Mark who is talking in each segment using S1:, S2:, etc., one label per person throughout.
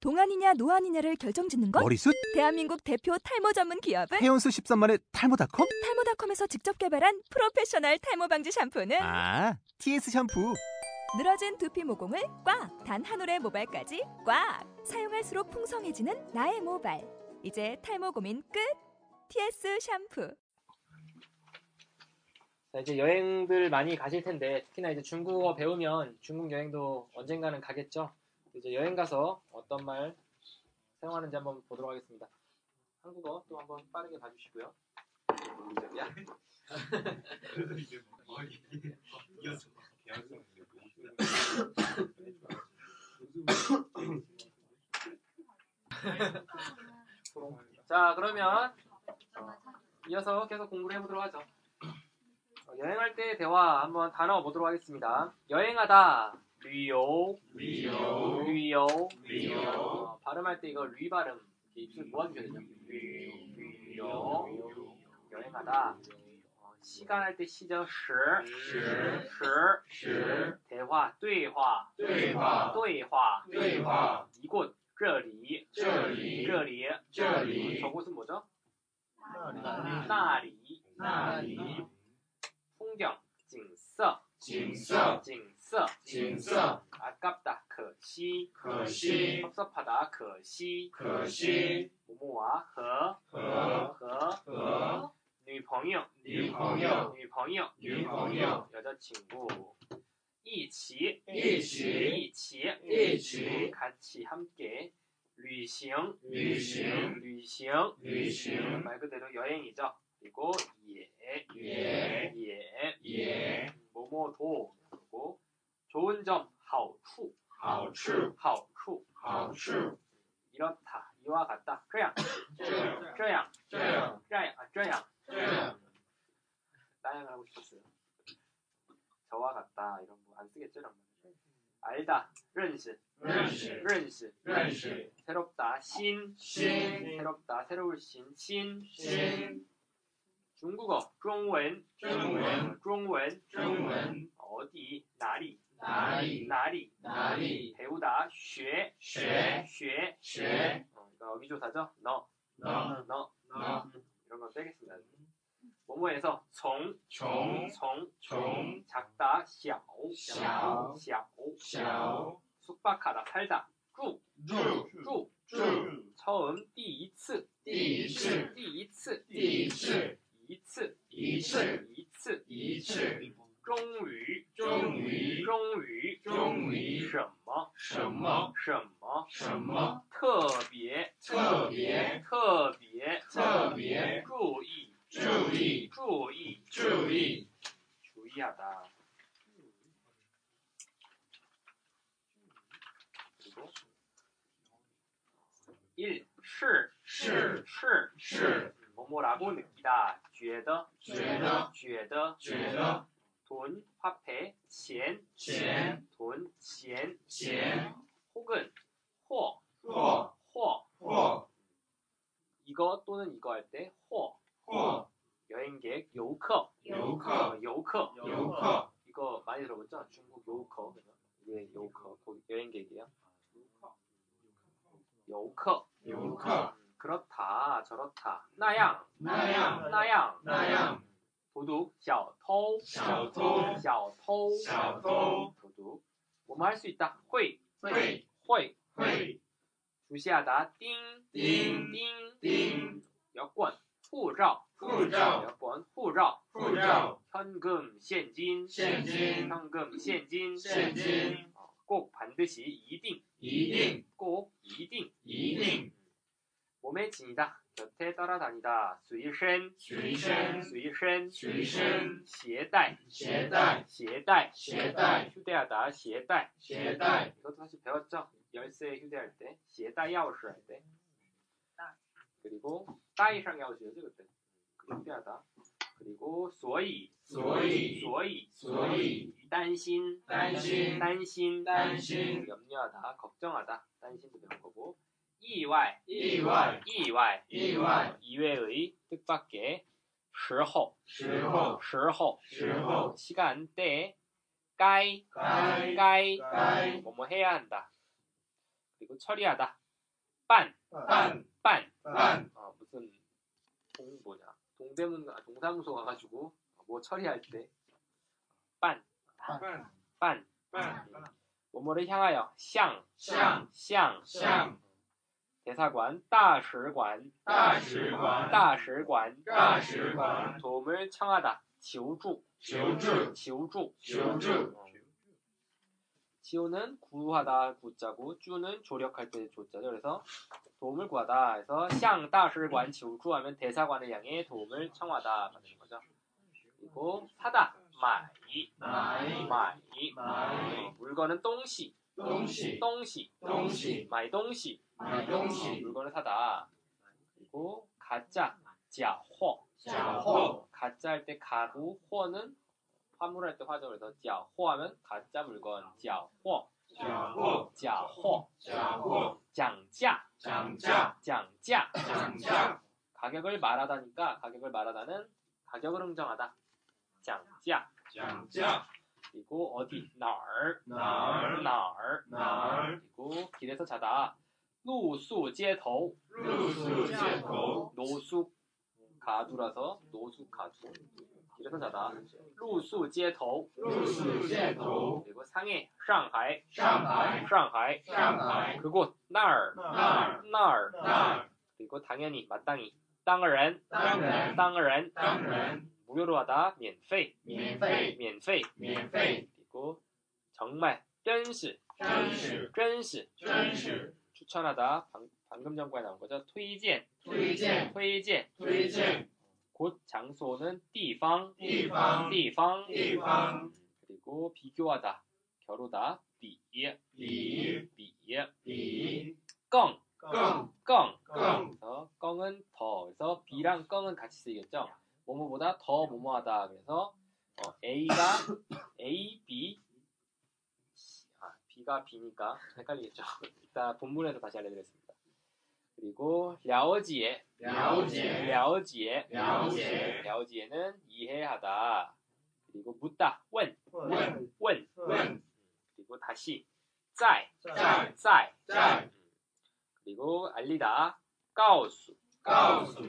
S1: 동안이냐 노안이냐를 결정짓는 건
S2: 머리숱?
S1: 대한민국 대표 탈모 전문 기업은
S2: 헤어수 13만의 탈모닷컴?
S1: 탈모닷컴에서 직접 개발한 프로페셔널 탈모 방지 샴푸는
S2: 아, TS 샴푸.
S1: 늘어진 두피 모공을 꽉 단 한 올의 모발까지 꽉 사용할수록 풍성해지는 나의 모발 이제 탈모 고민 끝 TS 샴푸
S3: 자, 이제 여행들 많이 가실 텐데 특히나 이제 중국어 배우면 중국 여행도 언젠가는 가겠죠. 이제 여행 가서 어떤 말 사용하는지 한번 보도록 하겠습니다. 한국어 또 한번 빠르게 봐주시고요. 야,
S4: 그래서 이제 뭐 거의 이어서 계약서는 이제 모두
S3: 자, 그러면 이어서 계속 공부를 해보도록 하죠. 어, 여행할 때 대화 한번 단어 보도록 하겠습니다. 여행하다, 류요, 류요, 류요. 어, 발음할 때 이거 류 발음 이렇게 입술 모아주셔야 되죠. 류요, 여행하다. 어, 시간 할 때 시죠. 시, 시, 대화, 对话,
S4: 对话
S3: 对话.
S4: 对话
S3: 이곳, 这里,
S4: 这里
S3: 这里.
S4: 这里
S3: 어, 저곳은 뭐죠?
S4: 那里
S3: 나리, 어,
S4: 那里
S3: 풍경, 景色.
S4: 景色
S3: 景色.
S4: 景色
S3: 아깝다, 可惜.
S4: 可惜.
S3: 섭섭하다, 可惜.
S4: 可惜
S3: 모모와 그. 和,
S4: 和
S3: 和,
S4: 和
S3: 女朋友,
S4: 女朋友,
S3: 女朋友,
S4: 女朋友,
S3: 여자친구. 一起,
S4: 一起,
S3: 一起,
S4: 一起.
S3: 같이 함께. 旅行,
S4: 旅行,
S3: 旅行,
S4: 旅行.
S3: 말 그대로 여행이죠. 그리고 예,
S4: 예,
S3: 예,
S4: 也
S3: 뭐뭐도 그리고 좋은 점, 好处,
S4: 好处
S3: 好处,
S4: 好处
S3: 이렇다, 이와 같다, 这样,
S4: 这样
S3: 这样,
S4: 这样
S3: 这样, 아, 这样.
S4: 这样
S3: 따양을 하고 싶었어요. 저와 같다, 이런 거 안 쓰겠죠, 이런 거. 알다, 认识,
S4: 认识
S3: 认识,
S4: 认识
S3: 새롭다, 신,
S4: 신.
S3: 새롭다, 새로울 신, 신,
S4: 新
S3: 중국어, 中文,
S4: 中文,
S3: 中文,
S4: 中文
S3: 어디, 哪里,
S4: 哪里
S3: 哪里,
S4: 哪里
S3: 배우다, 学,
S4: 学
S3: 学,
S4: 学
S3: 어, 그러니까 어기조사죠? 너,
S4: 能
S3: 너,
S4: 너.
S3: 이런 거 빼겠습니다. 뭐뭐에서 종,
S4: 从
S3: 종,
S4: 从
S3: 작다, 小,
S4: 小
S3: 小,
S4: 小
S3: 숙박하다, 살다, 쭉,
S4: 住
S3: 쭉,
S4: 住
S3: 처음, 第一次,
S4: 第一次
S3: 第一次,
S4: 第一次
S3: 一次,
S4: 一次
S3: 一次,
S4: 一次
S3: 终于,
S4: 终于,
S3: 终于,
S4: 终于,
S3: 什么,
S4: 什么
S3: 什么,
S4: 什么
S3: 特别,
S4: 特别
S3: 特别,
S4: 特别
S3: 注意,
S4: 注意
S3: 注意,
S4: 注意
S3: 주의하다. 그리고 1. 是
S4: 是
S3: 是
S4: 是
S3: 뭐뭐라고 느끼다. 觉得
S4: 觉得
S3: 觉得
S4: 觉得
S3: 돈 화폐 钱
S4: 钱
S3: 돈钱
S4: 钱
S3: 혹은 或
S4: 或
S3: 或
S4: 或
S3: 이거 또는 이거 할때호
S4: 或
S3: 여행객 요커
S4: 游客
S3: 어, 요커
S4: 游客
S3: 이거 많이 들어봤죠? 중국 요커 이게 예, 요커 고- 여행객이에요. 요커
S4: 游客
S3: 그렇다 저렇다 나양
S4: 那样
S3: 나양
S4: 那样
S3: 도둑 小偷
S4: 小偷
S3: 小偷
S4: 小偷
S3: 도둑 뭐뭐 할 수 있다 会
S4: 会
S3: 会
S4: 会
S3: 주시하다 띵
S4: 띵,
S3: 띵,
S4: 丁
S3: 여권 护照
S4: 护照
S3: 여권 护照
S4: 护照
S3: 현금 现金
S4: 现金
S3: 현금 现金
S4: 现金
S3: 어, 꼭 반드시 一定
S4: 一定
S3: 꼭 一定
S4: 一定
S3: 몸에 지니다 곁에 따라다니다 随身
S4: 随身
S3: 随身
S4: 随身
S3: 携带
S4: 携带
S3: 携带
S4: 携带
S3: 휴대하다 携带
S4: 携带
S3: 이것도 사실 배웠죠 열쇠 휴대할 때 携带钥匙 할때 그리고 따이상 야오시였죠 그때 그 휴대하다 그리고 所以
S4: 所以
S3: 所以
S4: 所以
S3: 担心
S4: 担心
S3: 担心
S4: 担心
S3: 염려하다 걱정하다担心도 배운 거고 意外
S4: 意外
S3: 意外
S4: 意外
S3: 이외의 뜻밖의 时候
S4: 时候
S3: 时候
S4: 时候
S3: 시간대 该
S4: 该
S3: 该
S4: 该
S3: 뭐 뭐뭐 해야 한다 그리고 처리하다 빤,
S4: 빤,
S3: 빤.
S4: 빤.
S3: 어, 무슨 동 뭐냐 동대문 가 동사무소 가가지고 뭐 처리할 때 빤,
S4: 빤,
S3: 빤.
S4: 빤.
S3: 뭐뭐를 향하여 샹,
S4: 向
S3: 샹,
S4: 向
S3: 대사관, 大使馆,
S4: 大使馆
S3: 大使馆,
S4: 大使馆
S3: 도움을 청하다, 求助,
S4: 求助
S3: 求助,
S4: 求助.
S3: 지호는 구하다 구자고 쭈는 조력할 때 조자죠. 그래서 도움을 구하다 해서 샹 다스관 지우주하면 대사관을 향해 도움을 청하다 받는 거죠. 그리고 사다 마이
S4: 买
S3: 마이
S4: 买
S3: 어, 물건은 똥시
S4: 东西
S3: 똥시
S4: 东西
S3: 마이 똥시
S4: 买东
S3: 어,
S4: 西
S3: 물건을 사다 그리고 가짜 자호
S4: 假货
S3: 가짜 할 때 가구 호는 화물할 때 화죠. 그래서 자호 하면 가짜 물건 자호
S4: 假货
S3: 자호
S4: 假货
S3: 장자
S4: 涨价
S3: 장자
S4: 涨价
S3: 가격을 말하다니까 가격을 말하다는 가격을 흥정하다 장자
S4: 涨价
S3: 그리고 어디 나얼
S4: 哪儿
S3: 나얼
S4: 哪儿
S3: 그리고 길에서 자다 노수街头
S4: 露宿街头
S3: 노숙 가두라서 노숙 가두 길에서 자다 노수街头
S4: 露宿街头
S3: 그리고 상해 上海
S4: 上海
S3: 上海
S4: 上海
S3: 그곳 나얼
S4: 那儿
S3: 나얼
S4: 那儿
S3: 그리고 당연히 마땅히 땅어른
S4: 当然
S3: 땅어른
S4: 当然
S3: 무료로 하다 免费
S4: 免费
S3: 免费
S4: 免费
S3: 그리고 정말 真是
S4: 真是
S3: 真是
S4: 真是
S3: 추천하다 방, 방금 전과에 나온 거죠 推荐
S4: 推荐
S3: 推荐
S4: 推荐
S3: 곧 장소는 地方
S4: 地方
S3: 地方
S4: 地方
S3: 음, 그리고 비교하다 겨루다 比
S4: 比
S3: 比
S4: 比
S3: 예, 껑
S4: 更
S3: 껑
S4: 更
S3: 그래서 껑은 더 그래서 비랑 껑은 같이 쓰이겠죠 뭐뭐보다 더 뭐뭐하다 그래서 어, A가 A, B 아, B가 B니까 헷갈리겠죠 이따 본문에서 다시 알려드리겠습니다 그리고 了解
S4: 了解
S3: 了解
S4: 了解
S3: 了解는 이해하다 그리고 묻다 问
S4: 问
S3: 问
S4: 问
S3: 그리고 다시 在
S4: 在
S3: 在
S4: 在
S3: 그리고 알리다 告诉
S4: 告诉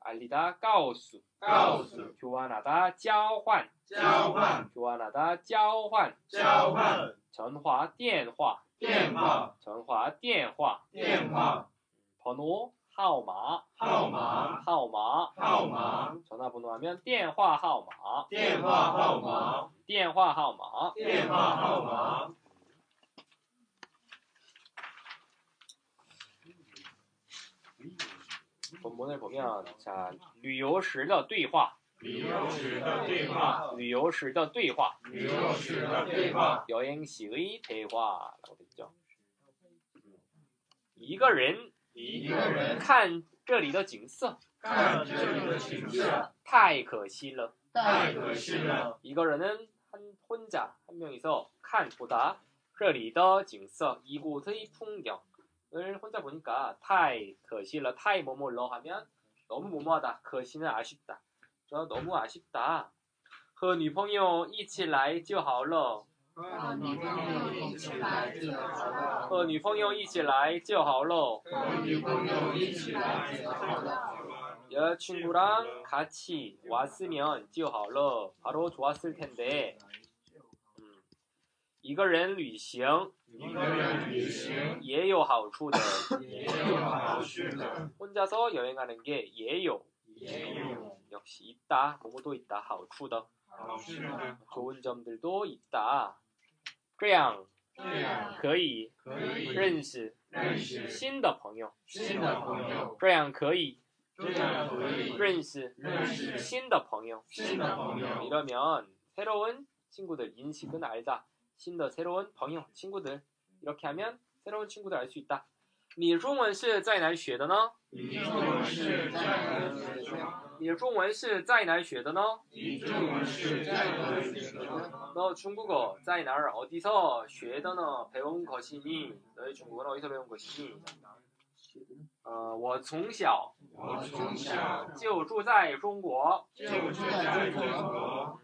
S3: 알리다 告诉
S4: 告诉
S3: 교환하다 交换
S4: 交换
S3: 교환하다 交换
S4: 交换
S3: 전화 电话
S4: 电话
S3: 전화 电话
S4: 电话
S3: 번호 号码
S4: 号码
S3: 号码
S4: 号码
S3: 전화번호 하면 电话号码
S4: 电话号码
S3: 电话号码
S4: 电话号码
S3: 본문을 보면 자, 旅游时的对话
S4: 旅游时的对话
S3: 旅游时的对话
S4: 旅游时的对话
S3: 여행 시의 대화라고 했죠. 嗯一个人
S4: 一个人
S3: 看这里的景色
S4: 看这里的景色
S3: 太可惜了
S4: 太可惜了
S3: 이거는 한 혼자 한 명이서 칸 보다 这里的景色 이곳의 풍경을 혼자 보니까 타이 거실러 타이 뭐뭐러 하면 너무 뭐뭐하다 거시는 아쉽다 저 너무 아쉽다 和女朋友一起来就好了
S4: 和女朋友一起来就好了，
S3: 和女朋友一起来就好了
S4: 和女朋友一起来就好了，
S3: 여자친구랑 같이 왔으면 就好了 바로 좋았을 텐데 음. 一个人旅行
S4: 一个人旅行
S3: 也有好处的
S4: 也有好处的，
S3: 혼자서 여행하는 게 예요
S4: 也有
S3: 역시 있다 뭐뭐도 있다 好处的
S4: 好处的，
S3: 좋은 점들도 있다 这样
S4: 这样
S3: 可以
S4: 可以
S3: 认识
S4: 认识
S3: 新的朋友
S4: 新的朋友，
S3: 这样可以
S4: 这样可以
S3: 认识
S4: 认识
S3: 新的朋友
S4: 新的朋友，
S3: 이러면 새로운 친구들 인식은 알다. 신더 새로운 방영 친구들 이렇게 하면 새로운 친구들 알 수 있다. 你中文是在哪学的呢?
S4: 你中文是在哪里学的？
S3: 你中文是在哪学的呢?
S4: 你中文是在哪里学的？
S3: 너 중국어 在哪 어디서 学的呢? 배운 것이니 너의 중국어는 어디서 배운 것이니? 어,
S4: 我从小
S3: 我从小就住在中国.
S4: 就住在中国，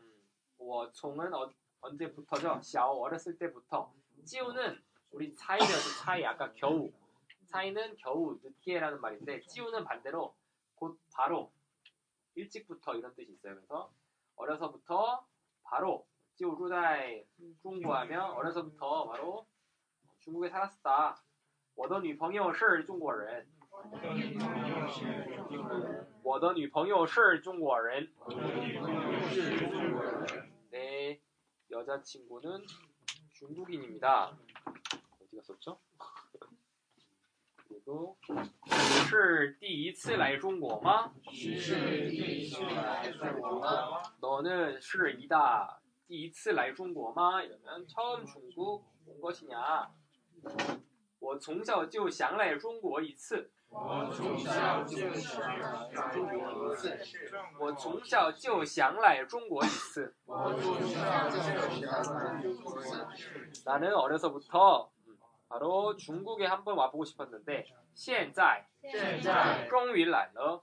S3: 我从은 음. 어, 언제부터죠? 샤오 어렸을 때부터. 찌우는 우리 차이죠, 차이 아까 겨우. 사이는 겨우 늦게라는 말인데 찌우는 반대로 곧 바로 일찍부터 이런 뜻이 있어요. 그래서 어려서부터 바로 찌우루다이 중국하면 어려서부터 바로 중국에 살았다. 我的女朋友是中国人.我的女朋友是中国人. 내 네, 여자친구는 중국인입니다. 어디가 썼죠? 그리고 是第一次来中国吗?
S4: 是第一次来中国吗？
S3: 너는 是이다. 第一次来中国吗? 이러면 처음 중국 온 것이냐? 我从小就想来中国一次.我从小就想来中国一次. 나는 어려서부터 음, 바로 중국에 한번 와보고 싶었는데 现在终于来了.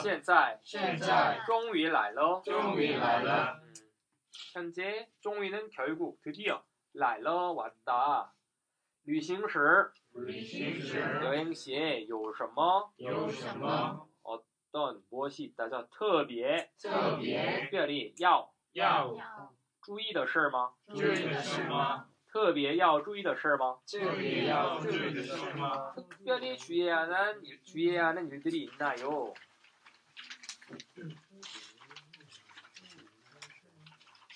S3: 现在终于来了.
S4: 终于来了，终于来了，
S3: 음, 현재 종이는 결국 드디어 라러 왔다. 旅行时 여행 시에 有什么 어떤 무엇이 있다죠? 特别
S4: 네.
S3: 특별히 要注意的事吗?
S4: 有什么特别要注意的事吗？
S3: 特别要注意的事吗?
S4: 注意要注意的事吗？
S3: 특별히 주의해야 하는 일- 주의해야 하는 일들이 있나요?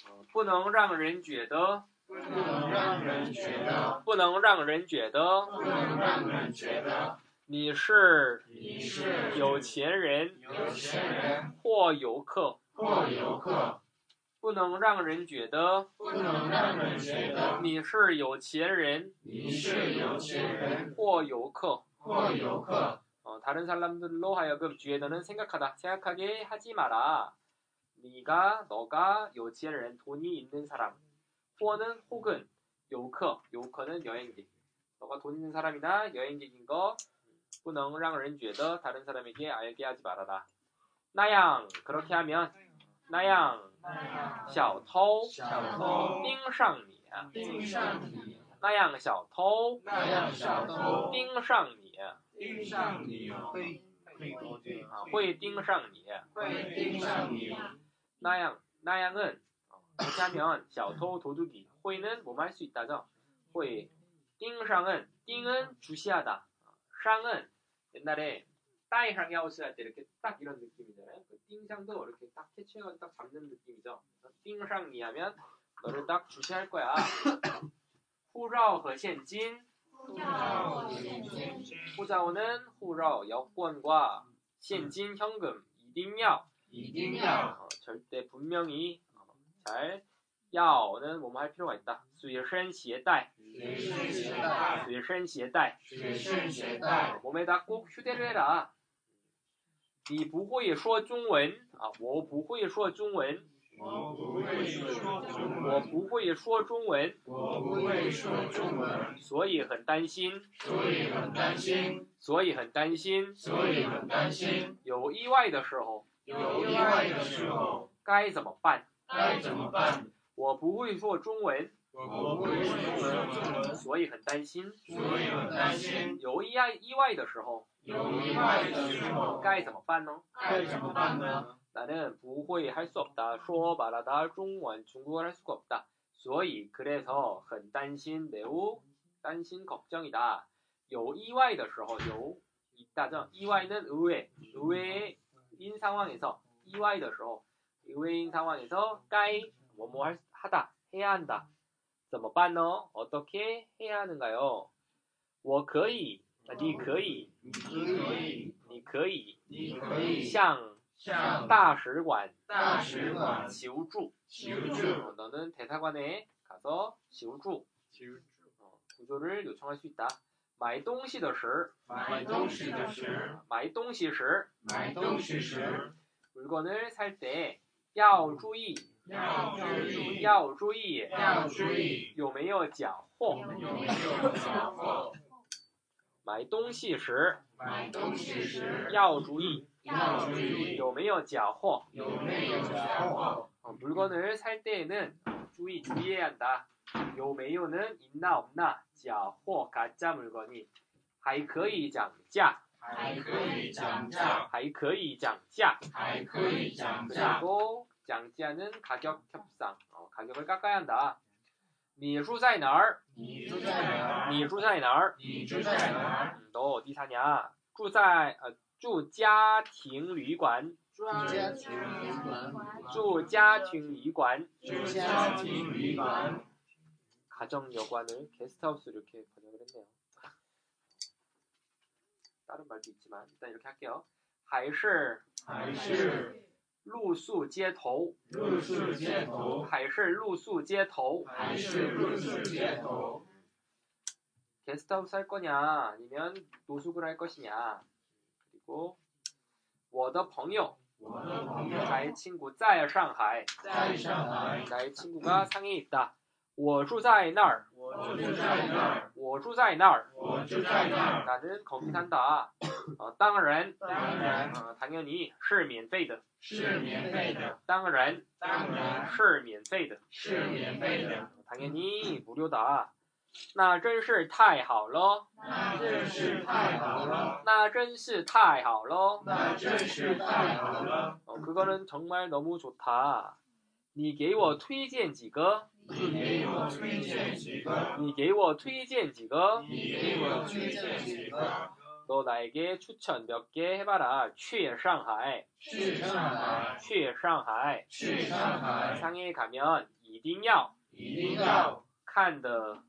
S3: 어, 呃不能让人觉得
S4: 不能让人觉得，
S3: 不能让人觉得
S4: 不能让人觉得
S3: 你是
S4: 你是
S3: 有钱人
S4: 有钱人
S3: 或游客，
S4: 或游客，
S3: 不能让人觉得
S4: 不能让人觉得
S3: 你是有钱人
S4: 你是有钱人
S3: 或游客.
S4: 或游客，
S3: 어, 다른 사람들로 하여금 뒤에서는 생각하다, 생각하게 하지 마라. 네가, 너가 요치엔 돈이 있는 사람. 호어는 혹은 요커, 요커는 여행객. 너가 돈 있는 사람이나 여행객인 거,不能让人觉得 다른 사람에게 알게 하지 말아라. 나양, 그렇게 하면, 나양, 小偷,
S4: 小偷
S3: 盯上你,
S4: 盯上你，
S3: 나양 小偷,
S4: 那样小偷
S3: 盯上你,
S4: 盯上你，
S3: 아, 会盯上你.
S4: 会盯上你，
S3: 나양, 나양은 이렇게 하면 샤오토 도둑이 호이는 몸할 수 있다죠. 호이 띵상은 띵은 주시하다. 상은 옛날에 따이상 야오스 할 때 이렇게 딱 이런 느낌이잖아요. 그 띵상도 이렇게 딱 캐치해가지고 딱 잡는 느낌이죠. 그래서 띵상이 하면 너를 딱 주시할 거야. 후라오 和现金 후자오는 후라오 여권과 现金 현금 이딩야
S4: 一定要
S3: 어, 절대 분명히 어, 잘 야어는 뭐뭐 할 필요가 있다. 수일신 시에다이,
S4: 随身携带，
S3: 수일신 시에다이.
S4: 随身携带，
S3: 몸에다 꼭 휴대를 해라. 你不会说中文 아, 我不会说中文,
S4: 我不会说中文，
S3: 我不会说中文,
S4: 我不会说中文，
S3: 所以很担心,
S4: 所以很担心，
S3: 所以很担心.
S4: 所以很担心，有意外的时候
S3: 有意外的时候该怎么办?我不会说中文,
S4: 该怎么办？我不会说中文，
S3: 所以很担心.
S4: 所以很担心，
S3: 有意外意外的时候该怎么办呢?
S4: 有意外的时候该怎么办呢？
S3: 나는 부호이 할 수 없다. 쇼 말하다 중원 중국어를 할 수가 없다. 所以 그래서 很 단신 매우 단신 걱정이다. 有意外的时候有 있다죠. 이와이는 의외 의외인 상황에서 이와이的时候 의외인 상황에서 까이 뭐뭐 할, 수- 하다 해야 한다. 怎么办呢? 어떻게 해야 하는가요? 我可以,你可以,
S4: 你可以，
S3: 你可以
S4: 你可以
S3: 向
S4: 向
S3: 大使馆
S4: 大使馆
S3: 지우주.
S4: 求助，
S3: 어, 너는 대사관에 가서 지우주 어, 구조를 요청할 수 있다. 마이 동시더시
S4: 买东西的时，
S3: 마이 동시시
S4: 买东西时
S3: 물건을 살 때 야오 주의
S4: 要注意，
S3: 야오 주의
S4: 要注意，
S3: 요메요 자호
S4: 有没有缴获？
S3: 마이 동시시
S4: 买东西时
S3: 야오 주의
S4: 要注
S3: 음.
S4: 意，
S3: 요메요 자호
S4: 有没有缴获？
S3: 어, 물건을 살 때에는 주의 주의해야 한다. 요메요는 있나 없나 자호 가짜 물건이 还可以涨价，
S4: 还可以涨价，
S3: 还可以涨价.
S4: 还可以涨价，
S3: 그리고涨价는 가격 협상, 어, 가격을 깎아야 한다. 你住在哪儿?
S4: 你住在哪儿？
S3: 你住在哪儿?
S4: 你住在哪儿？
S3: 음, 너 어디 사냐? 住在, 어, 住家庭旅馆,
S4: 아,
S3: 住家庭旅馆,
S4: 住家庭旅馆，
S3: 가정여관을 게스트하우스 이렇게 번역을 했네요. 다른 말도 있지만 일단 이렇게 할게요. 还是
S4: 还是
S3: 露宿街头,
S4: 露宿街头，
S3: 还是露宿街头.
S4: 还是露宿街头？
S3: 게스트하우스 할 거냐 아니면 노숙을 할 것이냐 그리고 我的朋友
S4: 我的朋友
S3: 나의 친구 在上海
S4: 在上海，
S3: 나의 친구가 상해에 있다 我住在那儿
S4: 我住在那儿，
S3: 我住在那儿
S4: 我住在那儿。
S3: 나는 거기 산다 어, 当然
S4: 当然
S3: 어, 당연히 是免费的
S4: 是免费的，
S3: 当然
S4: 当然
S3: 是免费的
S4: 是免费的，
S3: 당연히 무료다 那真是太好了
S4: 那真是太好了，
S3: 那真是太好了
S4: 那真是太好了。
S3: 어, 그거는 정말 너무 좋다. 你给我推荐几个?
S4: 你给我推荐几个，
S3: 你给我推荐几个?
S4: 你给我推荐几个，
S3: 너 나에게 추천 몇 개 해봐라. 去上海,
S4: 去上海，
S3: 去上海.
S4: 去上海，
S3: 상해에 가면 一定要
S4: 一定要
S3: 看的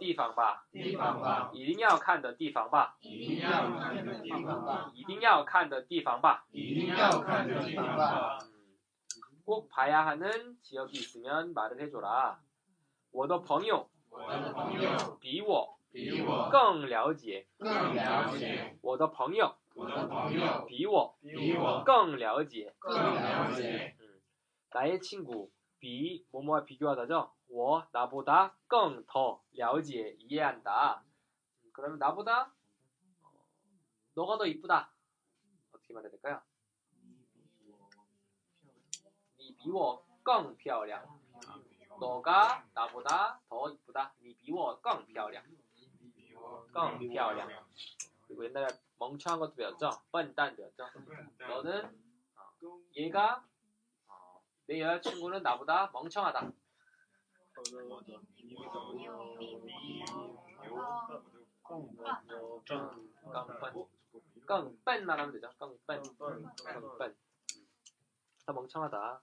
S3: 地方吧.
S4: 地方吧，
S3: 一定要看的地方吧.
S4: 一定要看的地方吧，
S3: 一定要看的地方吧.
S4: 一定要看的地方吧，
S3: 음, 꼭 봐야 하는 지역이 있으면 말을 해줘라. 我的朋友比我
S4: 我的朋友比我
S3: 更了解
S4: 更了解，
S3: 我的朋友
S4: 我的朋友
S3: 比我
S4: 比我
S3: 更了解。
S4: 更了解，
S3: 嗯，나의친구比뭐뭐와비교하다죠我나보다更더了解이해한다。그러면나보다 어, 너가더 이쁘다. 어떻게 말해야 될까요? 니 비워 껑漂亮. 너가 나보다 더 이쁘다. 니 비워 껑漂亮. 껑漂亮. 그리고 옛날에 멍청한 것도 배웠죠? 뻔딴 배웠죠? 너는 어, 얘가 어, 내 여자친구는 나보다 멍청하다. 깡笨깡笨만 하면 그러니까 되죠. 그러니까 깡笨깡笨다 멍청하다.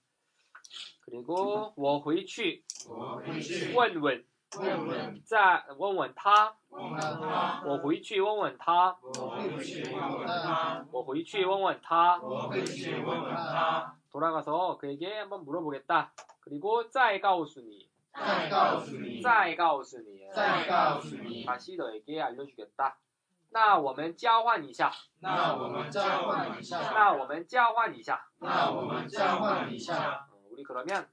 S3: 그리고 我回去
S4: 我回去
S3: 问问
S4: 问问，
S3: 再问问他
S4: 问问他，
S3: 我回去问问他
S4: 我回去问问他，
S3: 我回去问问他
S4: 我回去问问他，
S3: 돌아가서 그에게 한번 물어보겠다. 그리고 再告诉你
S4: 再告诉你，
S3: 再告诉你
S4: 再告诉你，
S3: 다시 너에게 알려주겠다. 나我们交换一下.
S4: 那我们交换一下，
S3: 나我们交换一下.嗯
S4: 那我们交换一下
S3: 어, 우리 그러면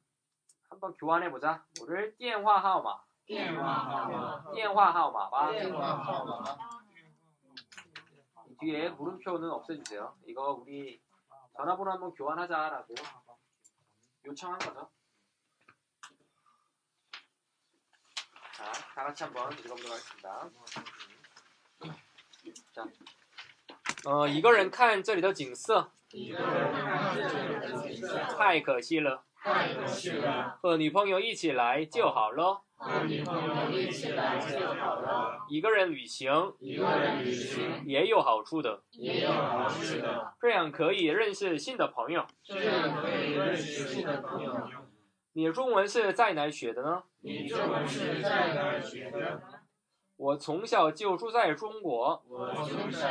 S3: 한번 교환해 보자. 오늘 电话号码.
S4: 电话号码，
S3: 电话号码吧.
S4: 电话号码，
S3: 이 뒤에 물음표는 없애주세요. 이거 우리 전화번호 한번 교환하자라고 요청한 거죠. 자, 다 같이 한번 읽어보도록 하겠습니다. 자, 어, 이거는 看这里的景色
S4: 一个人看这里的景色
S3: 太可惜了。
S4: 太可惜了，
S3: 和女朋友一起来就好了。
S4: 和女朋友一起来就好了，
S3: 一个人旅行
S4: 一个人旅行
S3: 也有好处的，
S4: 也有好处的，
S3: 这样可以认识新的朋友。
S4: 这样可以认识新的朋友。
S3: 你中文是在哪学的呢？
S4: 你中文是在哪儿学的？
S3: 我从小就住在中国，
S4: 我从小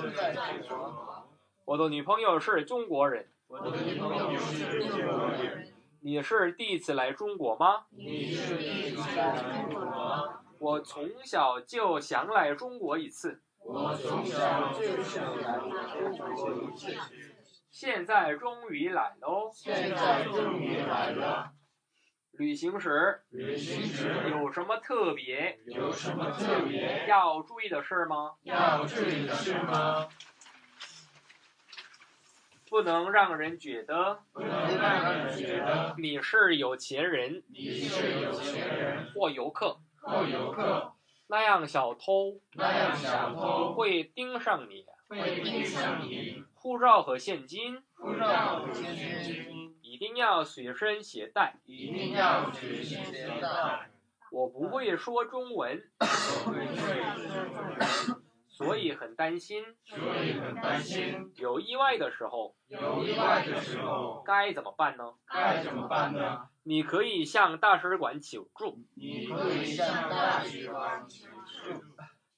S4: 就在中国，
S3: 我的女朋友是中国人。
S4: 我的女朋友是中国人。
S3: 你是第一次来中国吗？
S4: 你是第一次来中国吗？
S3: 我从小就想来中国一次，
S4: 我从小就想来中国一次，
S3: 现在终于来喽。
S4: 现在终于来了。
S3: 旅行时
S4: 旅行时
S3: 有什么特别
S4: 有什么特别
S3: 要注意的事吗？
S4: 要注意的事吗？
S3: 不能让人觉得
S4: 不能让人觉得
S3: 你是有钱人
S4: 你是有钱人
S3: 或游客。
S4: 或游客，
S3: 那样小偷
S5: 那样小偷
S3: 会盯上你。
S5: 会盯上你，
S3: 护照和现金
S5: 护照和现金
S3: 一定要随身携带。
S5: 一定要随身携带。
S3: 我不会说中文，
S5: 我会说中文，
S3: 所以很担心
S5: 所以很担心
S3: 有意外的时候
S5: 有意外的时候
S3: 该怎么办呢？
S5: 该怎么办呢？
S3: 你可以向大使馆求助。
S5: 你可以向大使馆求助。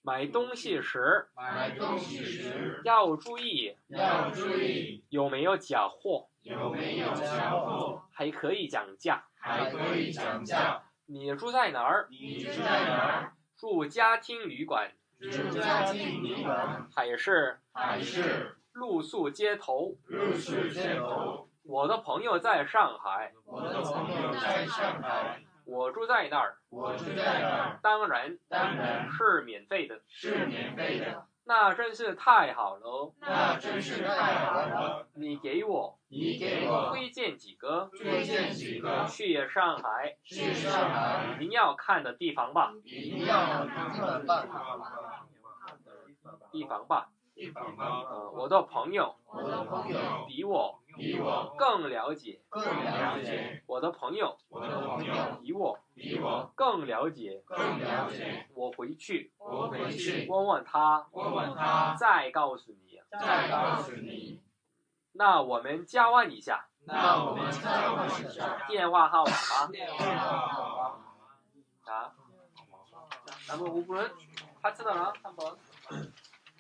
S3: 买东西时
S5: 买东西时
S3: 要注意
S5: 要注意
S3: 有没有假货，
S5: 有没有假货，
S3: 还可以讲价。
S5: 还可以讲价。
S3: 你住在哪儿？
S5: 你住在哪儿？
S3: 住家庭旅馆
S5: 住家庭旅馆
S3: 还是
S5: 还是
S3: 露宿街头？
S5: 入室街头？
S3: 我的朋友在上海，
S5: 我的朋友在上海，
S3: 我住在那儿，
S5: 我住在那儿，
S3: 当然
S5: 当然
S3: 是免费的。
S5: 是免费的。
S3: 那真是太好了！哦
S5: 那真是太好了！
S3: 你给我
S5: 你给我
S3: 推荐几个
S5: 推荐几个
S3: 去上海
S5: 去上海
S3: 一定要看的地方吧，
S5: 一定要看的办法。
S3: 地方吧。
S4: 地方吧，
S3: 呃，我的朋友
S5: 我的朋友
S3: 比我
S5: 比我
S3: 更了解，
S5: 更了解，
S3: 我的朋友
S4: 我的朋友
S3: 比我
S5: 比我
S3: 更了解。
S5: 更了解。
S3: 我回去
S5: 我回去
S3: 问问他，
S5: 问问他，
S3: 再告诉你。
S5: 再告诉你。
S3: 那我们交换一下
S5: 那我们再问一下
S3: 电话号码
S5: 啊电话号码。
S3: 자, 남은 5분은 파트너랑 한번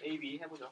S3: A, B 해보죠.